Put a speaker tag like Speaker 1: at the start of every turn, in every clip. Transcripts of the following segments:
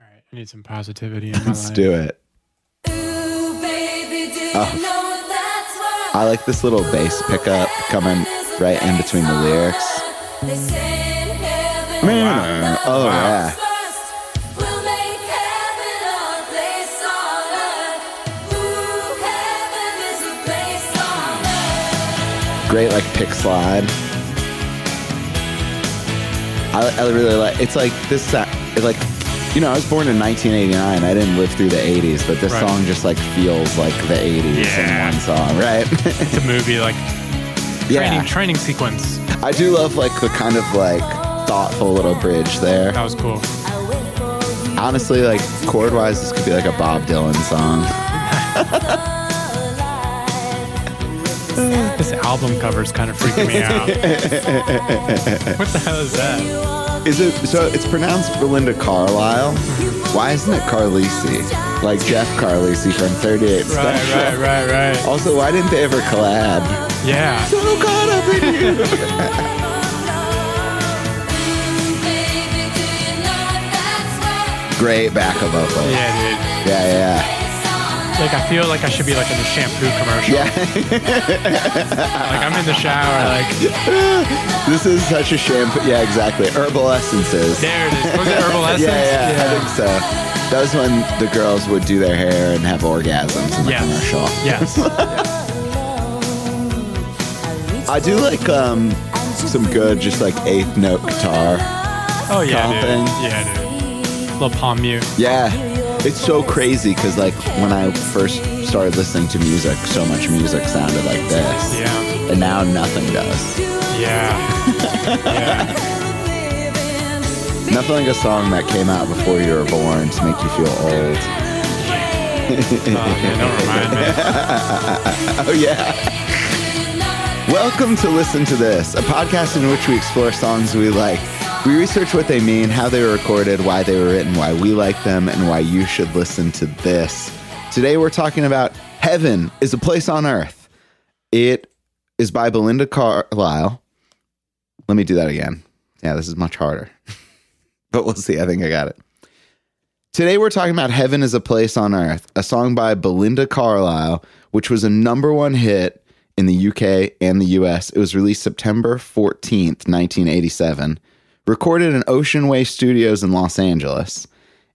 Speaker 1: I need some positivity in my
Speaker 2: Let's
Speaker 1: life.
Speaker 2: do it. I like this little Oh. bass pickup coming right in between the lyrics. Man, oh yeah. Great like pick slide. I, I really like it's like this sa- it like you know, I was born in 1989. I didn't live through the 80s, but this
Speaker 1: Right.
Speaker 2: song just like feels like the 80s
Speaker 1: Yeah.
Speaker 2: in one song, right?
Speaker 1: It's a movie like training
Speaker 2: yeah.
Speaker 1: training sequence.
Speaker 2: I do love like the kind of like thoughtful little bridge there.
Speaker 1: That was cool.
Speaker 2: Honestly, like chord wise, this could be like a Bob Dylan song.
Speaker 1: This album cover's kind of freaking me out. what the hell is that?
Speaker 2: Is it so? It's pronounced Belinda Carlisle. Why isn't it Carlisi? Like Jeff Carlisi from 38
Speaker 1: Right,
Speaker 2: Special.
Speaker 1: right, right, right.
Speaker 2: Also, why didn't they ever collab?
Speaker 1: Yeah.
Speaker 2: So caught up in you. Great backup vocal. Yeah,
Speaker 1: Yeah,
Speaker 2: yeah,
Speaker 1: dude. Like I feel like I should be like in the shampoo commercial.
Speaker 2: yeah.
Speaker 1: Like I'm in the shower. Like
Speaker 2: this is such a shampoo. Yeah, exactly. Herbal essences.
Speaker 1: there it is. Was it herbal essence?
Speaker 2: Yeah, yeah, I think so. That was when the girls would do their hair and have orgasms in the
Speaker 1: Yes.
Speaker 2: commercial.
Speaker 1: Yes.
Speaker 2: I do like um, some good, just like eighth note guitar.
Speaker 1: Oh yeah, dude.
Speaker 2: Thumping.
Speaker 1: Yeah, dude. Little palm mute.
Speaker 2: Yeah. It's so crazy because, like, when I first started listening to music, so much music sounded like this.
Speaker 1: Yeah.
Speaker 2: And now nothing does.
Speaker 1: Yeah. yeah.
Speaker 2: Nothing like a song that came out before you were born to make you feel old.
Speaker 1: Oh, man, don't remind me.
Speaker 2: Oh, yeah. Welcome to Listen to This, a podcast in which we explore songs we like. We research what they mean, how they were recorded, why they were written, why we like them, and why you should listen to this. Today we're talking about Heaven is a Place on Earth. It is by Belinda Carlisle. Let me do that again. Yeah, this is much harder. but we'll see. I think I got it. Today we're talking about Heaven is a Place on Earth, a song by Belinda Carlisle, which was a number one hit in the UK and the US. It was released September 14th, 1987, recorded in Ocean Way Studios in Los Angeles,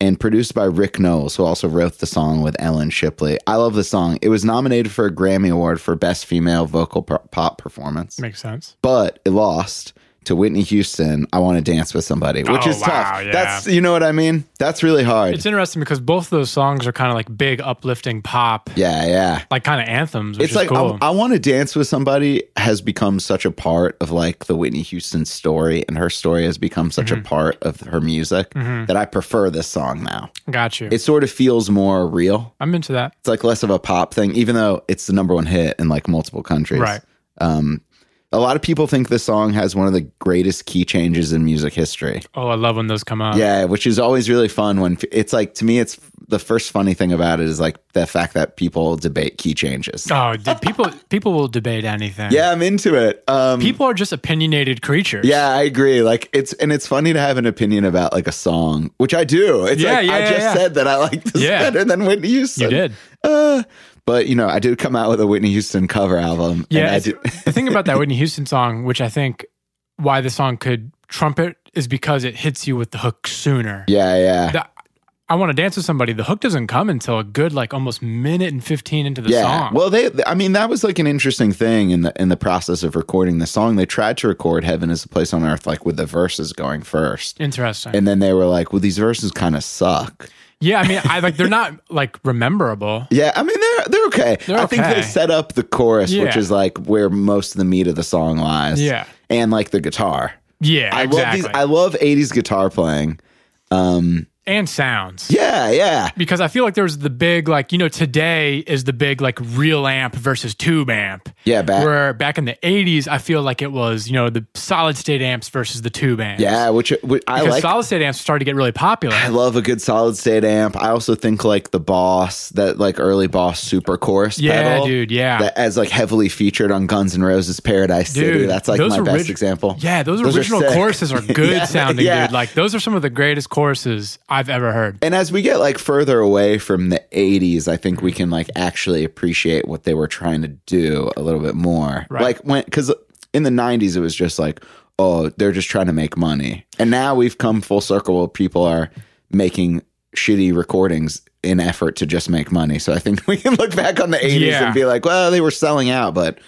Speaker 2: and produced by Rick Knowles, who also wrote the song with Ellen Shipley. I love the song. It was nominated for a Grammy Award for Best Female Vocal Pro- Pop Performance
Speaker 1: Makes sense.
Speaker 2: but it lost to Whitney Houston. I want to dance with somebody, which
Speaker 1: Oh,
Speaker 2: is
Speaker 1: wow,
Speaker 2: tough.
Speaker 1: yeah.
Speaker 2: That's you know what I mean. That's really hard.
Speaker 1: It's interesting because both of those songs are kind of like big uplifting pop,
Speaker 2: yeah, yeah.
Speaker 1: like kind of anthems, which
Speaker 2: It's
Speaker 1: is
Speaker 2: like um,
Speaker 1: cool.
Speaker 2: I, I want to dance with somebody has become such a part of like the Whitney Houston story, and her story has become such
Speaker 1: Mm-hmm.
Speaker 2: a part of her music that I prefer this song now.
Speaker 1: Got you.
Speaker 2: It sort of feels more real.
Speaker 1: I'm into that.
Speaker 2: It's like less of a pop thing, even though it's the number one hit in like multiple countries.
Speaker 1: Right.
Speaker 2: Um, a lot of people think this song has one of the greatest key changes in music history.
Speaker 1: Oh, I love when those come up.
Speaker 2: Yeah, which is always really fun when it's like to me it's the first funny thing about it is like the fact that people debate key changes.
Speaker 1: Oh, dude, people people will debate anything.
Speaker 2: Yeah, I'm into it. Um
Speaker 1: People are just opinionated creatures.
Speaker 2: yeah, I agree. Like it's and it's funny to have an opinion about like a song, which I do. It's
Speaker 1: Yeah,
Speaker 2: like
Speaker 1: yeah,
Speaker 2: I
Speaker 1: yeah,
Speaker 2: just
Speaker 1: yeah.
Speaker 2: said that I like this
Speaker 1: Yeah.
Speaker 2: better than Whitney
Speaker 1: You
Speaker 2: Houston.
Speaker 1: did.
Speaker 2: Uh, but you know, I did come out with a Whitney Houston cover album. and
Speaker 1: Yeah.
Speaker 2: I
Speaker 1: it's-
Speaker 2: did,
Speaker 1: the thing about that Whitney Houston song, which I think why the song could trumpet is because it hits you with the hook sooner.
Speaker 2: yeah, yeah.
Speaker 1: The- I want to dance with somebody. The hook doesn't come until a good, like almost minute and 15 into the
Speaker 2: yeah.
Speaker 1: song.
Speaker 2: Well, they I mean that was like an interesting thing in the in the process of recording the song. They tried to record Heaven is a Place on Earth like with the verses going first.
Speaker 1: Interesting.
Speaker 2: And then they were like, "Well, these verses kind of suck."
Speaker 1: yeah. I mean, I like, they're not like rememberable.
Speaker 2: Yeah, I mean they're they're okay.
Speaker 1: They're
Speaker 2: I think
Speaker 1: okay.
Speaker 2: they set up the chorus, which
Speaker 1: Yeah.
Speaker 2: is like where most of the meat of the song lies.
Speaker 1: Yeah.
Speaker 2: and like the guitar.
Speaker 1: Yeah.
Speaker 2: I love
Speaker 1: exactly.
Speaker 2: these. I love '80s guitar playing.
Speaker 1: and sounds.
Speaker 2: Yeah, yeah,
Speaker 1: Because I feel like there was the big, like, you know, today is the big, like, real amp versus tube amp.
Speaker 2: yeah. Back,
Speaker 1: where back in the 80s i feel like it was you know the solid state amps versus the tube amps
Speaker 2: yeah. Which, which I
Speaker 1: because
Speaker 2: like.
Speaker 1: solid state amps started to get really popular
Speaker 2: I love a good solid state amp. I also think like the Boss, that like early Boss Super Chorus
Speaker 1: yeah
Speaker 2: pedal,
Speaker 1: dude yeah
Speaker 2: that as like heavily featured on Guns N' Roses' Paradise City.
Speaker 1: Dude,
Speaker 2: That's like
Speaker 1: those
Speaker 2: my best
Speaker 1: orig-
Speaker 2: example.
Speaker 1: yeah those,
Speaker 2: Those are
Speaker 1: original
Speaker 2: sick.
Speaker 1: choruses are good
Speaker 2: Yeah,
Speaker 1: sounding
Speaker 2: yeah.
Speaker 1: dude like those are some of the greatest choruses i I've ever heard.
Speaker 2: And as we get like further away from the 80s, I think we can like actually appreciate what they were trying to do a little bit more.
Speaker 1: Right.
Speaker 2: Like when cuz in the 90s it was just like, oh, they're just trying to make money. And now we've come full circle where people are making shitty recordings in effort to just make money. So I think we can look back on the 80s
Speaker 1: Yeah.
Speaker 2: and be like, well, they were selling out, but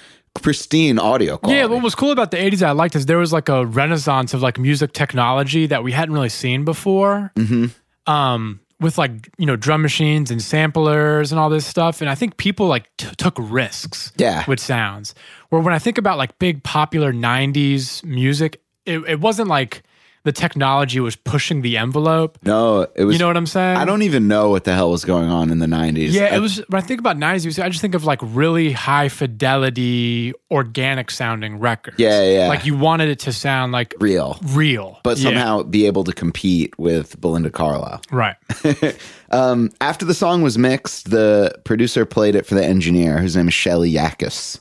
Speaker 2: pristine audio quality.
Speaker 1: Yeah, what was cool about the 80s that I liked is there was like a renaissance of like music technology that we hadn't really seen before.
Speaker 2: Mhm.
Speaker 1: Um, with like, you know, drum machines and samplers and all this stuff. And I think people like t- took risks
Speaker 2: Yeah.
Speaker 1: with sounds. Where when I think about like big popular 90s music, it, it wasn't like the technology was pushing the envelope.
Speaker 2: No, it was
Speaker 1: You know what I'm saying?
Speaker 2: I don't even know what the hell was going on in the 90s.
Speaker 1: Yeah,
Speaker 2: I-
Speaker 1: it was. When I think about '90s music, I just think of like really high fidelity, organic sounding records.
Speaker 2: Yeah, yeah.
Speaker 1: Like you wanted it to sound like
Speaker 2: real.
Speaker 1: real,
Speaker 2: but
Speaker 1: Yeah,
Speaker 2: somehow be able to compete with Belinda Carlisle.
Speaker 1: right.
Speaker 2: Um, after the song was mixed, the producer played it for the engineer, whose name is Shelly Yakis.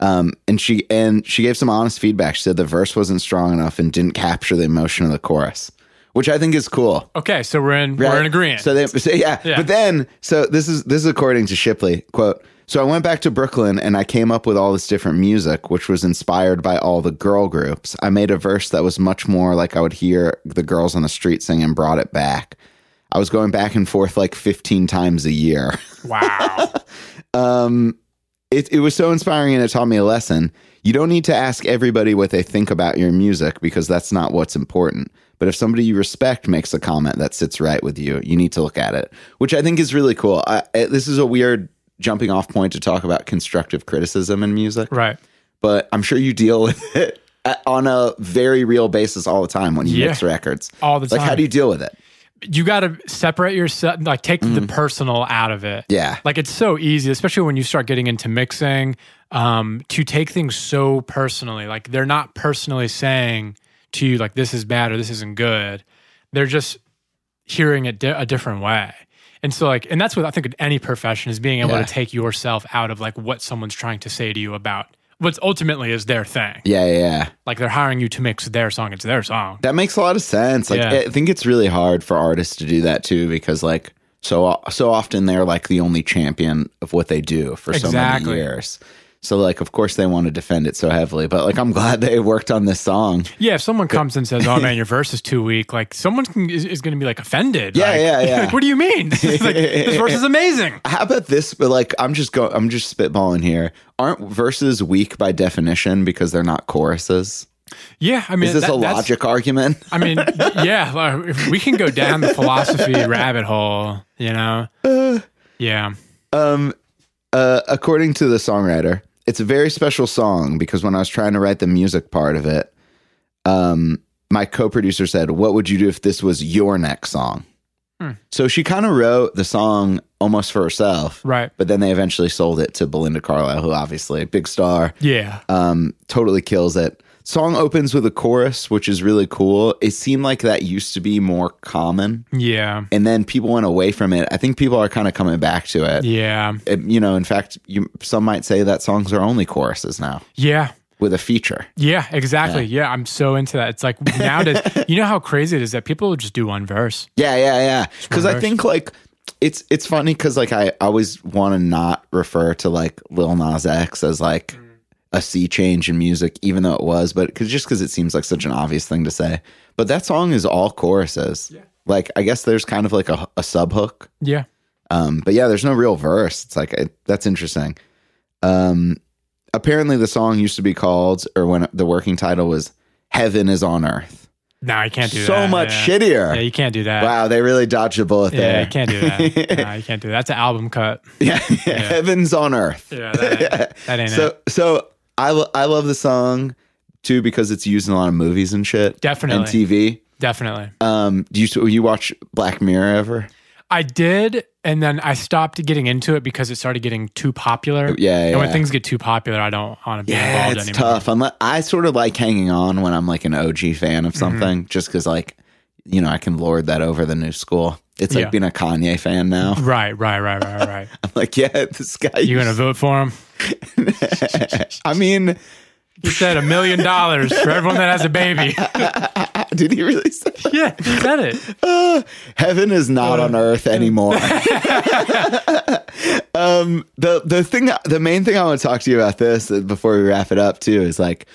Speaker 2: Um, and she and she gave some honest feedback. She said the verse wasn't strong enough and didn't capture the emotion of the chorus, which I think is cool.
Speaker 1: Okay, so we're in
Speaker 2: Right.
Speaker 1: we're in agreement.
Speaker 2: So they so yeah.
Speaker 1: Yeah.
Speaker 2: But then so this is this is according to Shipley, quote, so I went back to Brooklyn and I came up with all this different music which was inspired by all the girl groups. I made a verse that was much more like I would hear the girls on the street sing and brought it back. I was going back and forth like 15 times a year.
Speaker 1: wow.
Speaker 2: It, it was so inspiring and it taught me a lesson. You don't need to ask everybody what they think about your music because that's not what's important. But if somebody you respect makes a comment that sits right with you, you need to look at it, which I think is really cool. I, I- this is a weird jumping off point to talk about constructive criticism in music,
Speaker 1: right.
Speaker 2: but I'm sure you deal with it a- on a very real basis all the time when you
Speaker 1: Yeah.
Speaker 2: mix records.
Speaker 1: All the
Speaker 2: like, how
Speaker 1: time.
Speaker 2: do you deal with it?
Speaker 1: You got to separate yourself. Like take
Speaker 2: Mm-hmm.
Speaker 1: the personal out of it.
Speaker 2: Yeah.
Speaker 1: Like it's so easy, especially when you start getting into mixing, um, to take things so personally. Like they're not personally saying to you like this is bad or this isn't good. They're just hearing it di- a different way. And so like and that's what I think in any profession is being able
Speaker 2: Yeah.
Speaker 1: to take yourself out of like what someone's trying to say to you about what's ultimately is their thing.
Speaker 2: Yeah, yeah, yeah.
Speaker 1: Like they're hiring you to mix their song, it's their song.
Speaker 2: That makes a lot of sense. Like
Speaker 1: Yeah.
Speaker 2: I think it's really hard for artists to do that too because like so so often they're like the only champion of what they do for so
Speaker 1: Exactly.
Speaker 2: many years. So like of course they want to defend it so heavily, but like I'm glad they worked on this song.
Speaker 1: Yeah, if someone comes and says, "Oh man, your verse is too weak," like someone can, is, is going to be like offended.
Speaker 2: Yeah,
Speaker 1: Like-
Speaker 2: yeah, yeah.
Speaker 1: like, what do you mean? This is, like, this verse is amazing.
Speaker 2: How about this but like I'm just go I'm just spitballing here. Aren't verses weak by definition because they're not choruses?
Speaker 1: Yeah, I mean,
Speaker 2: Is this
Speaker 1: that-
Speaker 2: a
Speaker 1: that's-
Speaker 2: logic argument?
Speaker 1: I mean, yeah, like, if we can go down the philosophy rabbit hole. You know. yeah.
Speaker 2: Uh, according to the songwriter, it's a very special song because when I was trying to write the music part of it, um, my co-producer said, "What would you do if this was your next song?"
Speaker 1: Hmm.
Speaker 2: So she kind of wrote the song almost for herself,
Speaker 1: Right.
Speaker 2: but then they eventually sold it to Belinda Carlisle, who obviously a big star,
Speaker 1: Yeah.
Speaker 2: um, totally kills it. Song opens with a chorus, which is really cool. It seemed like that used to be more common,
Speaker 1: Yeah.
Speaker 2: and then people went away from it. I think people are kind of coming back to it
Speaker 1: Yeah.
Speaker 2: it- you know, in fact, you, some might say that songs are only choruses now
Speaker 1: Yeah.
Speaker 2: with a feature.
Speaker 1: Yeah. Exactly. Yeah. I'm so into that. It's like nowadays, you know how crazy it is that people will just do one verse.
Speaker 2: Yeah, yeah, yeah. Because I
Speaker 1: verse.
Speaker 2: think like it's it's funny because like I always want to not refer to like Lil Nas X as like a sea change in music, even though it was, but because just because it seems like such an obvious thing to say. But that song is all choruses. Like I guess there's kind of like a, a sub hook.
Speaker 1: Yeah.
Speaker 2: Um, but yeah, there's no real verse. It's like it, that's interesting. Um, apparently, the song used to be called, or when the working title was "Heaven Is on Earth."
Speaker 1: No, I can't do
Speaker 2: So
Speaker 1: that.
Speaker 2: much
Speaker 1: yeah.
Speaker 2: shittier.
Speaker 1: Yeah, you can't do that.
Speaker 2: wow, they really dodged a bullet
Speaker 1: Yeah,
Speaker 2: there.
Speaker 1: you can't do that. no, you can't do that. That's an album cut.
Speaker 2: yeah, heaven's on Earth.
Speaker 1: Yeah, that ain't, that ain't it.
Speaker 2: So, so I lo- I love the song too because it's used in a lot of movies and shit,
Speaker 1: Definitely.
Speaker 2: and TV.
Speaker 1: Definitely.
Speaker 2: Um, do you you watch Black Mirror ever?
Speaker 1: I did, and then I stopped getting into it because it started getting too popular.
Speaker 2: Yeah,
Speaker 1: And when
Speaker 2: yeah.
Speaker 1: things get too popular, I don't want to be
Speaker 2: Yeah,
Speaker 1: involved
Speaker 2: it's
Speaker 1: anymore.
Speaker 2: tough. Unless, I sort of like hanging on when I'm like an OG fan
Speaker 1: Mm-hmm.
Speaker 2: of something, just because like you know I can lord that over the new school. It's like
Speaker 1: Yeah. Mm-hmm.
Speaker 2: being a Kanye fan now.
Speaker 1: Right, right, right, right, right.
Speaker 2: I'm like, yeah, this guy.
Speaker 1: you gonna vote for him?
Speaker 2: I mean,
Speaker 1: He said a million dollars for everyone that has a baby.
Speaker 2: Did he really say that? Uh,
Speaker 1: yeah, he said it.
Speaker 2: Heaven is not on
Speaker 1: Uh,
Speaker 2: earth anymore. um, the the thing that, the main thing I want to talk to you about this uh, before we wrap it up too is like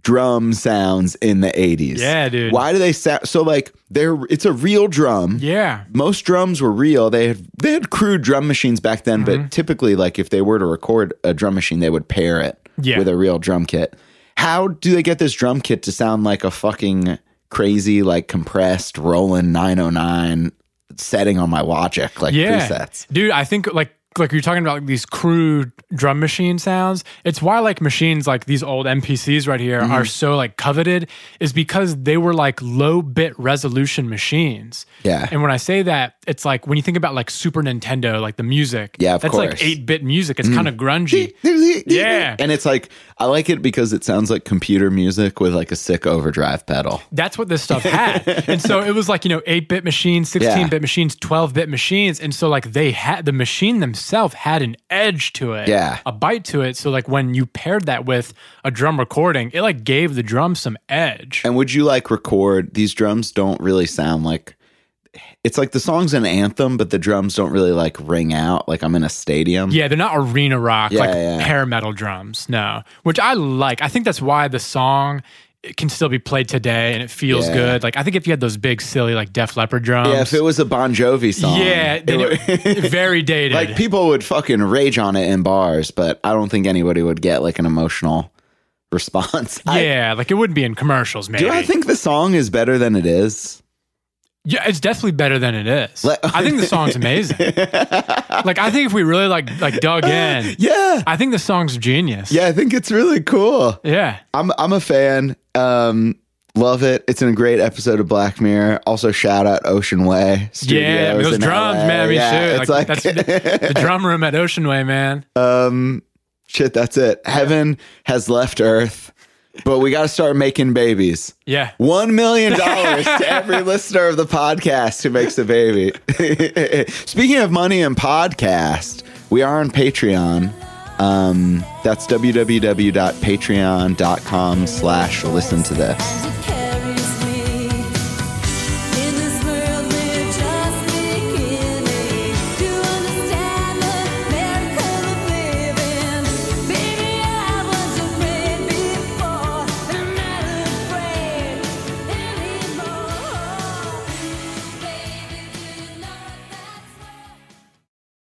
Speaker 2: drum sounds in the 80s.
Speaker 1: Yeah, dude.
Speaker 2: Why do they sound so like they're it's a real drum.
Speaker 1: Yeah.
Speaker 2: Most drums were real. They had they had crude drum machines back then,
Speaker 1: Mm-hmm.
Speaker 2: but typically like if they were to record a drum machine, they would pair it
Speaker 1: Yeah.
Speaker 2: with a real drum kit. How do they get this drum kit to sound like a fucking crazy like compressed Roland 909 setting on my Logic like
Speaker 1: Yeah.
Speaker 2: presets?
Speaker 1: Dude, I think like like you're talking about like, these crude drum machine sounds. It's why like machines like these old MPCs right here
Speaker 2: Mm-hmm.
Speaker 1: are so like coveted is because they were like low bit resolution machines.
Speaker 2: Yeah.
Speaker 1: And when I say that, it's like when you think about like Super Nintendo, like the music.
Speaker 2: Yeah, of
Speaker 1: that's
Speaker 2: course. Mm.
Speaker 1: like eight bit music. It's kind of grungy. Yeah.
Speaker 2: And it's like I like it because it sounds like computer music with like a sick overdrive pedal.
Speaker 1: That's what this stuff had. and so it was like, you know, 8 bit machines, 16 bit machines, 12 bit machines. And so, like, they had the machine themselves had an edge to it,
Speaker 2: Yeah.
Speaker 1: a bite to it. So, like, when you paired that with a drum recording, it like gave the drum some edge.
Speaker 2: And would you like record these drums don't really sound like it's like the song's an anthem, but the drums don't really like ring out like I'm in a stadium.
Speaker 1: yeah, they're not arena rock,
Speaker 2: Yeah,
Speaker 1: like
Speaker 2: yeah.
Speaker 1: hair metal drums, no, which I like. I think that's why the song. It can still be played today and it feels
Speaker 2: Yeah.
Speaker 1: good. Like I think if you had those big silly like Def Leppard drums.
Speaker 2: Yeah, if it was a Bon Jovi song.
Speaker 1: yeah, then
Speaker 2: it would-
Speaker 1: it- very dated.
Speaker 2: like people would fucking rage on it in bars, but I don't think anybody would get like an emotional response. I-
Speaker 1: yeah, like it wouldn't be in commercials, maybe.
Speaker 2: do I think the song is better than it is?
Speaker 1: Yeah, it's definitely better than it is.
Speaker 2: Like-
Speaker 1: I think the song's amazing. like I think if we really like like dug in,
Speaker 2: Yeah.
Speaker 1: I think the song's genius.
Speaker 2: Yeah, I think it's really cool.
Speaker 1: Yeah.
Speaker 2: I'm I'm a fan. Um Love it. It's in a great episode of Black Mirror. Also, shout out Ocean Way. Studios
Speaker 1: yeah, I mean, those
Speaker 2: in
Speaker 1: drums,
Speaker 2: LA.
Speaker 1: man. I mean,
Speaker 2: yeah,
Speaker 1: shoot,
Speaker 2: it's
Speaker 1: like,
Speaker 2: like,
Speaker 1: that's the drum room at Ocean Way, man.
Speaker 2: um, shit, that's it. Heaven has left Earth, but we got to start making babies.
Speaker 1: Yeah,
Speaker 2: One million dollars to every listener of the podcast who makes a baby. Speaking of money and podcast, we are on Patreon. Um, that's www.patreon.com slash listen to this.
Speaker 3: Education